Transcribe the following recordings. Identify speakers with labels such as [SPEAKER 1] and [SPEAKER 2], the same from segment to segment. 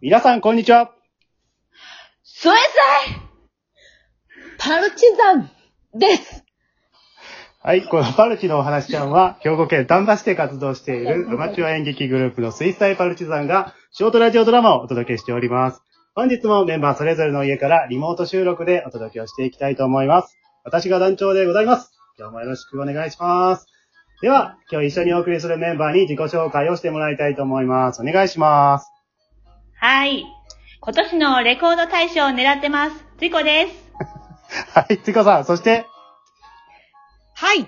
[SPEAKER 1] 皆さん、こんにちは。
[SPEAKER 2] それさえパルチザンです
[SPEAKER 1] はい、このパルチのお話ちゃんは、兵庫県丹波市で活動しているアマチュア演劇グループの水彩パルチザンが、ショートラジオドラマをお届けしております。本日もメンバーそれぞれの家からリモート収録でお届けをしていきたいと思います。私が団長でございます。今日もよろしくお願いします。では、今日一緒にお送りするメンバーに自己紹介をしてもらいたいと思います。お願いします。
[SPEAKER 3] はい。今年のレコード大賞を狙ってます。ジコです。
[SPEAKER 1] はい、つこさん、そして、
[SPEAKER 2] はい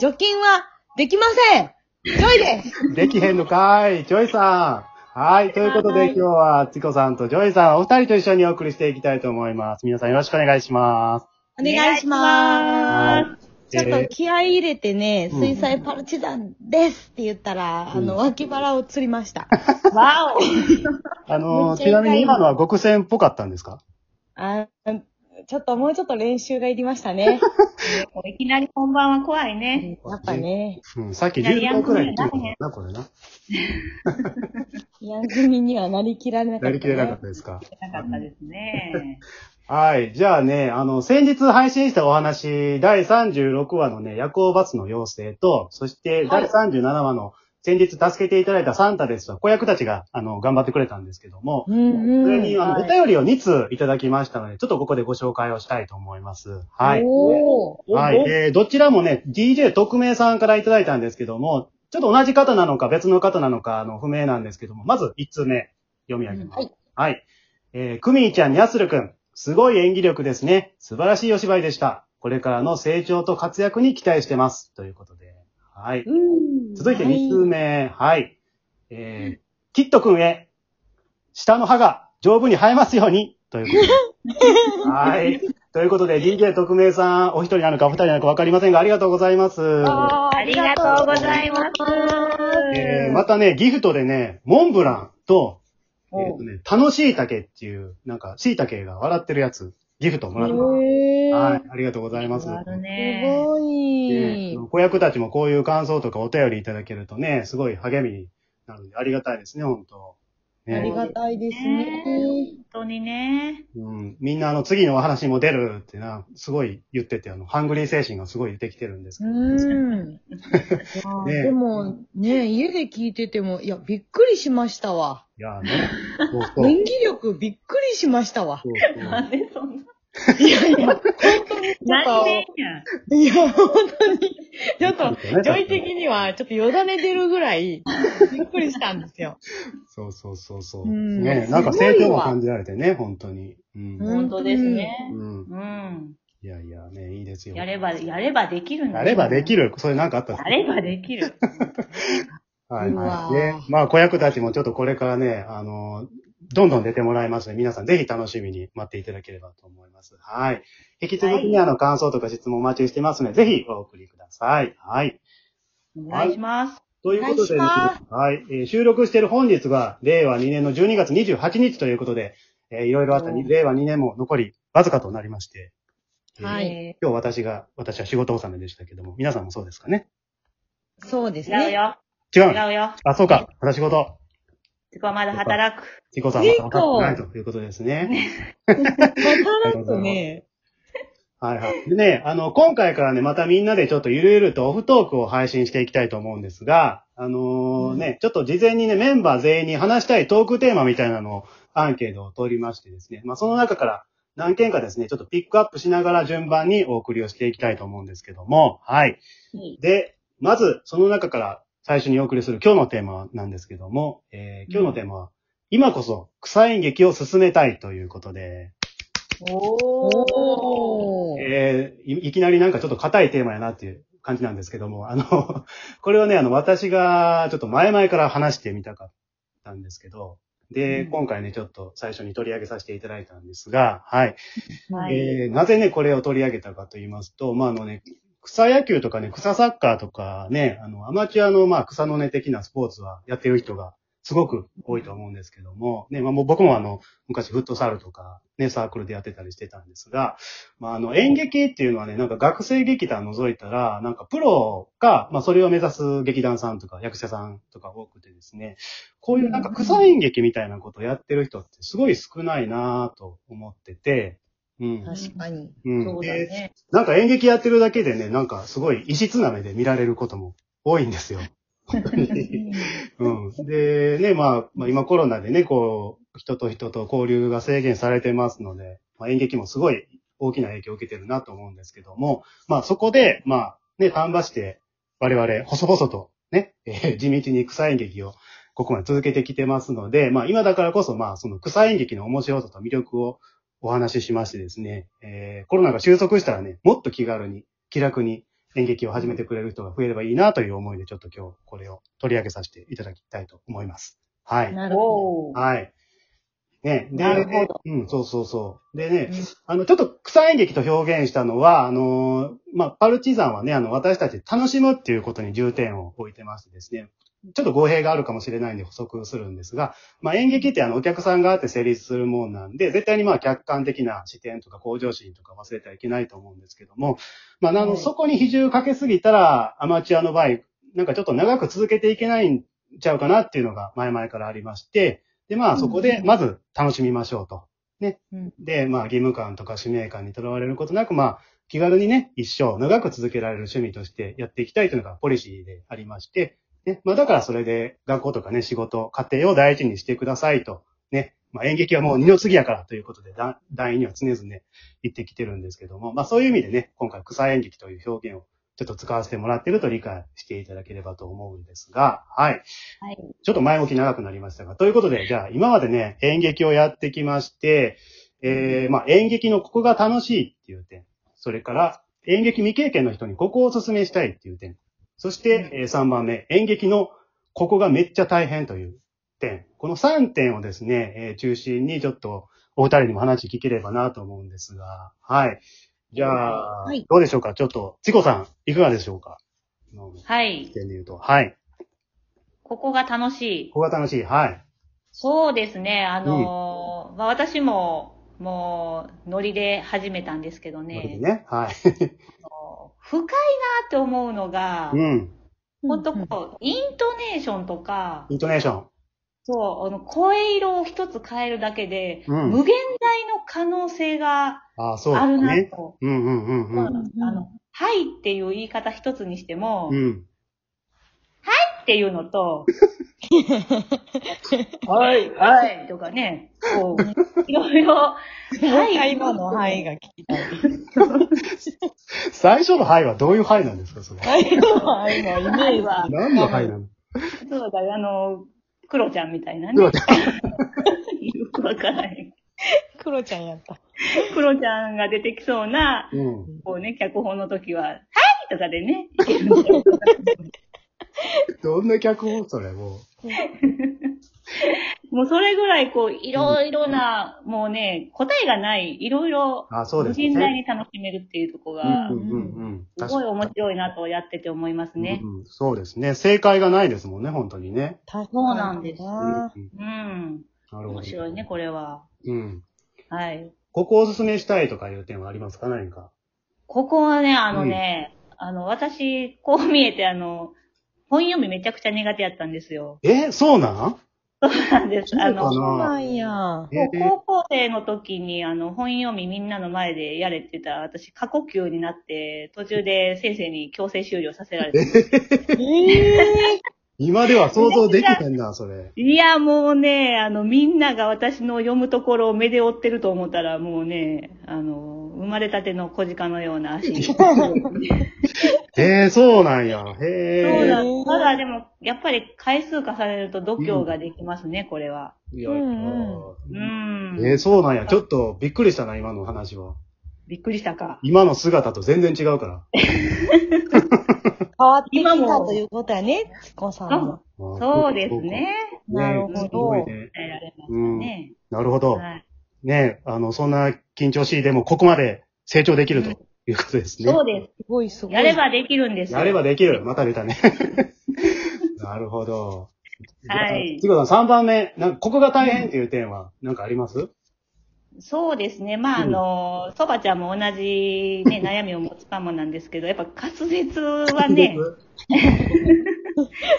[SPEAKER 2] 除菌はできませんジョイです
[SPEAKER 1] できへんのかーい、ジョイさん。はい、ということで今日は、つこさんとジョイさん、お二人と一緒にお送りしていきたいと思います。皆さんよろしくお願いします。
[SPEAKER 2] お願いしま
[SPEAKER 1] は
[SPEAKER 2] す。
[SPEAKER 1] い。
[SPEAKER 2] ちょっ
[SPEAKER 1] え
[SPEAKER 2] と気合い入れてね、
[SPEAKER 1] うん
[SPEAKER 2] 水彩パルチザンですって言ったら、あの、脇腹を釣りま した。
[SPEAKER 3] わお
[SPEAKER 1] ーあのー、
[SPEAKER 2] めっちゃ痛い
[SPEAKER 1] ちなみに今のは極戦っぽかったんですか
[SPEAKER 2] あーちょっともうちょっと練習がいりまし たね。
[SPEAKER 3] いきなり本番は怖いね。
[SPEAKER 2] やっぱね、
[SPEAKER 1] うん、さっき10秒くらいって言ってたもんな、これな。
[SPEAKER 2] ヤングミにはなりきられなかった、
[SPEAKER 1] や
[SPEAKER 2] ね。
[SPEAKER 1] りきれなかったですか。
[SPEAKER 3] なかったですね。
[SPEAKER 1] はい。じゃあね、あの、先日配信したお話、第36話のね、夜行バスの妖精と、そして
[SPEAKER 3] は
[SPEAKER 1] 第37
[SPEAKER 3] い
[SPEAKER 1] 話の、先日助けていただいたサンタですは、子役たちが、あの、頑張ってくれたんですけども、
[SPEAKER 2] うん
[SPEAKER 1] それ
[SPEAKER 2] うん。
[SPEAKER 1] に、あの、お
[SPEAKER 2] はい
[SPEAKER 1] 便りを2通いただきましたので、ちょっとここでご紹介をしたいと思います。はい。
[SPEAKER 2] おー
[SPEAKER 1] はい。えー、どちらもね、DJ 特命さんからいただいたんですけども、ちょっと同じ方なのか別の方なのか、あの、不明なんですけども、まず1通目、読み上げます。
[SPEAKER 2] はい。
[SPEAKER 1] はい。えー、クミーちゃん、ニャスルくん、すごい演技力ですね。素晴らしいお芝居でした。これからの成長と活躍に期待してます。ということで。はい。
[SPEAKER 2] うん
[SPEAKER 1] 続いて2通目。はい。えー、キットくんへ、下の歯が丈夫に生えますように。ということで。はい。ということで、DJ 特命さん、お一人なのかお二人なのかわかりませんが、ありがとうございます。
[SPEAKER 3] ありがとうございます。
[SPEAKER 1] えー、またね、ギフトでね、モンブランと、えー
[SPEAKER 3] お
[SPEAKER 1] とね、楽しいたけっていう、なんか、しいたけが笑ってるやつ、ギフトもらった。
[SPEAKER 2] へー
[SPEAKER 1] はい、ありがとうございます。
[SPEAKER 3] ある
[SPEAKER 2] す
[SPEAKER 3] ね。
[SPEAKER 2] ご
[SPEAKER 1] ね
[SPEAKER 2] い。
[SPEAKER 1] 子役たちもこういう感想とかお便りいただけるとね、すごい励みになるんで、ありがたいですね、本当
[SPEAKER 2] あり
[SPEAKER 1] ね、
[SPEAKER 2] がたいですね。
[SPEAKER 3] 本当にね。
[SPEAKER 1] うん。みんなあの、次のお話も出るってな、すごい言ってて、あの、ハングリー精神がすごい出てきてるんですけ
[SPEAKER 2] う
[SPEAKER 1] ど。
[SPEAKER 2] ん。
[SPEAKER 1] ね
[SPEAKER 2] でも、ね、家で聞いてても、いや、びっくりしましたわ。
[SPEAKER 1] いやーね、そう そう。
[SPEAKER 2] 演技力びっくりし ましたわ。
[SPEAKER 1] そうそ
[SPEAKER 3] な
[SPEAKER 1] うん
[SPEAKER 3] でそんな。
[SPEAKER 2] いやいや、本当にちょっ
[SPEAKER 3] 何で
[SPEAKER 2] と、いや、本当に、ちょっと、ジョイ的には、ちょっとよだね出るぐらい、びっくりしたんですよ。
[SPEAKER 1] そうそうそうそう。
[SPEAKER 2] うん
[SPEAKER 1] ね、なんか
[SPEAKER 2] すごいわ
[SPEAKER 1] 成長も感じられてね、本当に。うん。
[SPEAKER 3] やん。本当ですね。
[SPEAKER 1] うん。
[SPEAKER 3] うん。
[SPEAKER 1] いやいや、ね、いいですよ。
[SPEAKER 3] やれば、やればできるんだ
[SPEAKER 1] やればでき
[SPEAKER 3] る。
[SPEAKER 1] る。それなんかあったっす
[SPEAKER 3] やればできる。
[SPEAKER 1] はい、
[SPEAKER 2] うわ
[SPEAKER 1] は
[SPEAKER 2] ー
[SPEAKER 1] い。ね。まあ、子役たちもちょっとこれからね、あのーどんどん出てもらいますので、皆さんぜひ楽しみに待っていただければと思います。はい。引き続きにあの、感想とか質問お待ちしてますので、ぜひお送りください。はい。
[SPEAKER 3] お願いします。
[SPEAKER 1] ということで
[SPEAKER 2] お
[SPEAKER 1] ですね、
[SPEAKER 2] 願いし
[SPEAKER 1] はい、えー収録している本日が、令和2年の12月28日ということで、えーいろいろあったに
[SPEAKER 2] うん
[SPEAKER 1] 令和2年も残りわずかとなりまして、えー
[SPEAKER 2] はい
[SPEAKER 3] え
[SPEAKER 1] 今日私が、私は仕事納めでしたけども、皆さんもそうですかね
[SPEAKER 2] そうです
[SPEAKER 3] ー。違う
[SPEAKER 2] ね。
[SPEAKER 3] よ。
[SPEAKER 1] 違う
[SPEAKER 3] 違うよ。
[SPEAKER 1] あ、そうか。私事。
[SPEAKER 3] ジコはまだ働く。
[SPEAKER 1] チコさんまた分かってないということですね。
[SPEAKER 2] 働くね。
[SPEAKER 1] はいはい。でね、あの、今回からね、またみんなでちょっとゆるゆるとオフトークを配信していきたいと思うんですが、あのーね、ちょっと事前にね、メンバー全員に話したいトークテーマみたいなのをアンケートを取りましてですね、まあその中から何件かですね、ちょっとピックアップしながら順番にお送りをしていきたいと思うんですけども、はい。で、まず、その中から最初にお送りする今日のテーマなんですけども、えー今日のテーマは、今こそ草演劇を進めたいということで、
[SPEAKER 3] おー。
[SPEAKER 2] おー。
[SPEAKER 1] えーいいきなりなんかちょっと硬いテーマやなっていう感じなんですけども、あの、 これをね、あの、私がちょっと前々から話してみたかったんですけど、で、
[SPEAKER 3] うん
[SPEAKER 1] 今回ね、ちょっと最初に取り上げさせていただいたんですが、はい。
[SPEAKER 3] はい
[SPEAKER 1] えーなぜね、これを取り上げたかと言いますと、まあ、あのね、草野球とかね、草サッカーとかね、あの、アマチュアの、まあ、草の根的なスポーツはやってる人がすごく多いと思うんですけども、ね、まあもう僕もあの、昔フットサルとか、ね、サークルでやってたりしてたんですが、まああの、演劇っていうのはね、なんか学生劇団除いたら、なんかプロが、まあそれを目指す劇団さんとか役者さんとか多くてですね、こういうなんか草演劇みたいなことをやってる人ってすごい少ないなぁと思ってて、うん。
[SPEAKER 4] 確かに。
[SPEAKER 1] うん
[SPEAKER 3] そうだね。
[SPEAKER 1] なんか演劇やってるだけでね、なんかすごい異質な目で見られることも多いんですよ。本当にうん。で、ね、まあ、まあ、今コロナでね、こう、人と人と交流が制限されてますので、まあ、演劇もすごい大きな影響を受けてるなと思うんですけども、まあそこで、まあ、ね、丹波して、我々、細々と、ね、 えー地道に草演劇をここまで続けてきてますので、まあ今だからこそ、まあその草演劇の面白さと魅力をお話ししましてですね、えーコロナが収束したらね、もっと気軽に、気楽に演劇を始めてくれる人が増えればいいなという思いで、ちょっと今日これを取り上げさせていただきたいと思います。はい。
[SPEAKER 4] なるほ
[SPEAKER 3] おー。
[SPEAKER 1] はい。ね、で
[SPEAKER 4] なるほど
[SPEAKER 1] うん、そうそうそう。でね、
[SPEAKER 4] ど。
[SPEAKER 1] あの、ちょっと草演劇と表現したのは、あのーまあ、パルチザンはね、あの、私たち楽しむっていうことに重点を置いてましてですね、ちょっと語弊があるかもしれないんで補足するんですが、まあ、演劇ってあの、お客さんがあって成立するもんなんで、絶対にまあ、客観的な視点とか向上心とか忘れてはいけないと思うんですけども、まあ、あの、
[SPEAKER 4] はい
[SPEAKER 1] そこに比重かけすぎたら、アマチュアの場合、なんかちょっと長く続けていけないんちゃうかなっていうのが前々からありまして、で、まあ、そこで、まず楽しみましょうと。で、まあ、義務感とか使命感にとらわれることなく、まあ、気軽にね、一生長く続けられる趣味としてやっていきたいというのがポリシーでありまして、ね、まあ、だからそれで学校とかね、仕事、家庭を大事にしてくださいと、ね、まあ、演劇はもう二の次やからということで、だ団員には常々言ってきてるんですけども、まあ、そういう意味でね、今回草演劇という表現をちょっと使わせてもらってると理解していただければと思うんですが、はい。
[SPEAKER 3] はい
[SPEAKER 1] ちょっと前置き長くなりましたが、ということで、じゃあ今までね、演劇をやってきまして、えー、まあ演劇のここが楽しいっていう点、それから演劇未経験の人にここをお勧めしたいっていう点、そして、えー3番目、演劇のここがめっちゃ大変という点、この3点をですね、えー中心にちょっとお二人にも話聞ければなと思うんですが、はい。じゃあ、
[SPEAKER 4] はい
[SPEAKER 1] どうでしょうかちょっと、チコさん、いかがでしょうかの
[SPEAKER 3] はい
[SPEAKER 1] 点で言うと。はい。
[SPEAKER 3] ここが楽しい。
[SPEAKER 1] ここが楽しい。はい。
[SPEAKER 3] そうですね。あのーまあ、私も、もう、ノリで始めたんですけど
[SPEAKER 1] なるほ
[SPEAKER 3] ね
[SPEAKER 1] ど。ね。はい。
[SPEAKER 3] あの深いなって思うのが、
[SPEAKER 1] うん。
[SPEAKER 3] ほんとこう、イントネーションとか、
[SPEAKER 1] イントネーション。
[SPEAKER 3] そう、あの、声色を一つ変えるだけで、
[SPEAKER 1] うん
[SPEAKER 3] 無限大の可能性が
[SPEAKER 1] ああ、そう
[SPEAKER 3] あ
[SPEAKER 1] で
[SPEAKER 3] る
[SPEAKER 1] す
[SPEAKER 3] な
[SPEAKER 1] ね。
[SPEAKER 3] と。
[SPEAKER 1] うんうんうんうん。
[SPEAKER 3] あの、はいっていう言い方一つにしても、
[SPEAKER 1] う
[SPEAKER 3] っ
[SPEAKER 1] ん。
[SPEAKER 3] ていうのと、
[SPEAKER 1] はい。
[SPEAKER 3] はいとかね、こう、いろいろ、
[SPEAKER 2] はい。今のはいが聞きたい。
[SPEAKER 1] 最初のはいはどういうはいなんですかそれ。
[SPEAKER 2] はいのはいのイメー
[SPEAKER 3] はい
[SPEAKER 2] ジ。
[SPEAKER 3] は、
[SPEAKER 1] 何のはいなの
[SPEAKER 3] そうだよ、あの、クロちゃんみたいな
[SPEAKER 1] ク
[SPEAKER 3] ね。
[SPEAKER 1] ロち
[SPEAKER 3] よくわからへん。
[SPEAKER 2] クロちゃんやった。
[SPEAKER 3] クロちゃんが出てきそうな、
[SPEAKER 1] うん。
[SPEAKER 3] こうね、脚本の時は、はいとかでね、いけるんだよ。
[SPEAKER 1] どんな脚本それ、も
[SPEAKER 3] もうそれぐらい、こう、いろいろな、もうね、答えがない、いろいろ
[SPEAKER 1] う。、ああ、そうです
[SPEAKER 3] 無限大
[SPEAKER 1] ね。
[SPEAKER 3] に楽しめるっていうところ
[SPEAKER 1] う
[SPEAKER 3] が
[SPEAKER 1] んう、んうんうん。
[SPEAKER 3] すごい面
[SPEAKER 1] い
[SPEAKER 3] 白いなとやってて思いますね。
[SPEAKER 1] うんうん。そうですね。正解がないですもんね、本当にね。
[SPEAKER 2] そう
[SPEAKER 3] なんです
[SPEAKER 1] うんうん
[SPEAKER 3] うん。
[SPEAKER 1] なるほど。
[SPEAKER 3] 面白いね、。これは。
[SPEAKER 1] うん。
[SPEAKER 3] はい。
[SPEAKER 1] ここをおすすめしたいとかいう点はありますか何か。
[SPEAKER 3] ここはね、あのね、あの、私、こう見えて、あの、本読みめちゃくちゃ苦手やったんですよ。
[SPEAKER 1] え、そうなん
[SPEAKER 3] なんです。あの
[SPEAKER 1] そ、
[SPEAKER 2] そうなんや。
[SPEAKER 1] え
[SPEAKER 3] もう高校生の時に、あの、本読みみんなの前でやれって言ったら、私、過呼吸になって、途中で先生に強制終了させられて。
[SPEAKER 2] ええ
[SPEAKER 1] 今では想像できてんだ、それ。
[SPEAKER 3] いや、もうね、あの、みんなが私の読むところを目で追ってると思ったら、もうね、あの、生まれたての小鹿のような足。
[SPEAKER 1] えー、そうなんや。へえ。
[SPEAKER 3] そうだ
[SPEAKER 2] へー。
[SPEAKER 3] ただでも、やっぱり回数重ねると度胸ができますね、これは。
[SPEAKER 1] いや
[SPEAKER 2] うん
[SPEAKER 3] う
[SPEAKER 1] え
[SPEAKER 3] ん。
[SPEAKER 1] ーそうなんや。ちょっとびっくりしたな、今の話は。
[SPEAKER 3] びっくりしたか。
[SPEAKER 1] 今の姿と全然違うから。
[SPEAKER 2] 変わってきた
[SPEAKER 3] 今も
[SPEAKER 2] ということやね、チコさんも。
[SPEAKER 1] あー
[SPEAKER 3] そうです。ね。
[SPEAKER 1] そうか
[SPEAKER 2] なるほど
[SPEAKER 1] すごいね
[SPEAKER 3] えられまし
[SPEAKER 1] う
[SPEAKER 3] た
[SPEAKER 1] ん。
[SPEAKER 3] ね。
[SPEAKER 1] なるほど。
[SPEAKER 3] はい
[SPEAKER 1] ねあの、そんな緊張しいでも、ここまで成長できるということですね。
[SPEAKER 3] そうです
[SPEAKER 2] ごいす
[SPEAKER 3] す。やればできるんですよ。
[SPEAKER 1] やればできる。また出たね。なるほど。
[SPEAKER 3] はい
[SPEAKER 1] ち。こさん、3番目、なんか、ここが大変っていうテーマ、なんかあります
[SPEAKER 3] そうですね。まあ、あの、そばちゃんも同じ ね、悩みを持つパンマなんですけど、やっぱ滑舌 はね、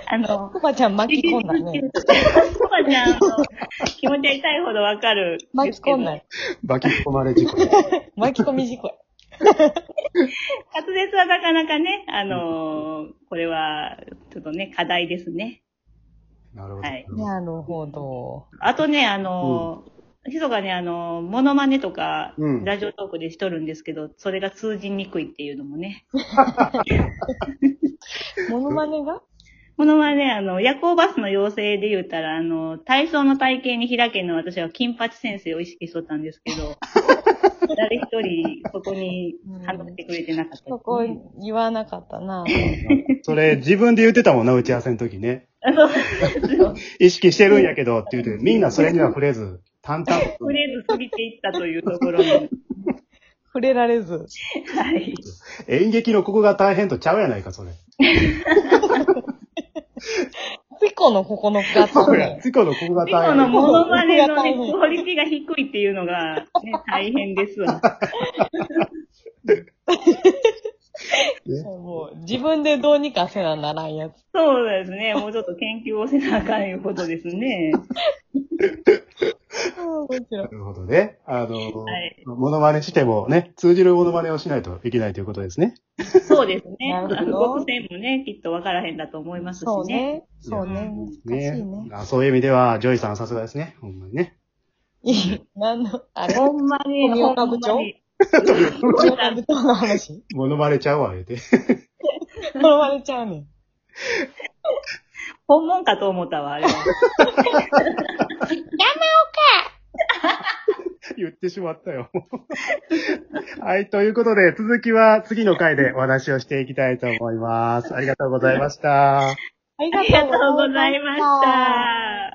[SPEAKER 3] あの、
[SPEAKER 2] コバちゃん巻き込んだね。
[SPEAKER 3] そばちゃんの気持ちは痛いほどわかる
[SPEAKER 2] 巻
[SPEAKER 3] です
[SPEAKER 2] き
[SPEAKER 3] けど
[SPEAKER 2] 込んだ。
[SPEAKER 1] 巻き込まれ事故。
[SPEAKER 2] 巻き込み事故。
[SPEAKER 3] 滑舌はなかなかね、あの、これは、ちょっとね、課題ですね。
[SPEAKER 1] なるほど。
[SPEAKER 3] はい
[SPEAKER 2] なるほど。
[SPEAKER 3] あとね、あの、ひそかね、あの、モノマネとか、
[SPEAKER 1] うん
[SPEAKER 3] ラジオトークでしとるんですけど、それが通じにくいっていうのもね。
[SPEAKER 2] モノマネが
[SPEAKER 3] モノマネ、あの、夜行バスの要請で言ったら、あの、体操の体型に開けんの私は金八先生を意識しとったんですけ ど、誰一人そこに話してくれてなかったですね、
[SPEAKER 2] そこ言わなかったな。
[SPEAKER 1] それ、自分で言ってたもんな、打ち合わせの時ね。
[SPEAKER 3] あそう、
[SPEAKER 1] 意識してるんやけどって言って、みんなそれには触れず、淡々と
[SPEAKER 3] フ。レーズ過ぎていったというところに。
[SPEAKER 2] 触れられず。
[SPEAKER 3] はい。
[SPEAKER 1] 演劇のここが大変とちゃうやないか、それ。
[SPEAKER 2] ピコのここのガッツね。
[SPEAKER 1] 事故のここが
[SPEAKER 3] リコ
[SPEAKER 1] 大
[SPEAKER 3] の
[SPEAKER 1] 変。
[SPEAKER 3] モノマネのね、
[SPEAKER 2] ここが大変
[SPEAKER 3] クオリティが低いっていうのが、ね、大変ですわ。
[SPEAKER 2] もう自分でどうにかせなならんやつ。
[SPEAKER 3] そうですね。もうちょっと研究をせなあかんいうことですね。
[SPEAKER 2] ああ、面白い
[SPEAKER 1] な。るほどね。あの、
[SPEAKER 3] はい
[SPEAKER 1] モノマネしてもね、通じるモノマネをしないといけないということですね。
[SPEAKER 3] そうですね。
[SPEAKER 2] な
[SPEAKER 3] あ
[SPEAKER 2] るほど
[SPEAKER 3] の、国選もね、きっと分からへんだと思いますし
[SPEAKER 2] そう
[SPEAKER 3] ね。
[SPEAKER 2] ね。そうね。難しいね。
[SPEAKER 1] あそういう意味では、ジョイさんさすがですね。ほんまにね。
[SPEAKER 2] いい。なんの、あれ
[SPEAKER 3] ほんまに、
[SPEAKER 2] 富
[SPEAKER 3] ほん
[SPEAKER 2] 岡
[SPEAKER 3] ま
[SPEAKER 2] 部長
[SPEAKER 3] に。
[SPEAKER 2] 上官部長の話。
[SPEAKER 1] モノマネちゃうわ、言うて。
[SPEAKER 2] 転ばれちゃうねん。
[SPEAKER 3] 本物かと思ったわ、あれは。
[SPEAKER 1] 言ってしまったよ。はい、ということで、続きは次の回でお話をしていきたいと思います。ありがとうございました。
[SPEAKER 2] あり
[SPEAKER 3] ありがとうございまし。た。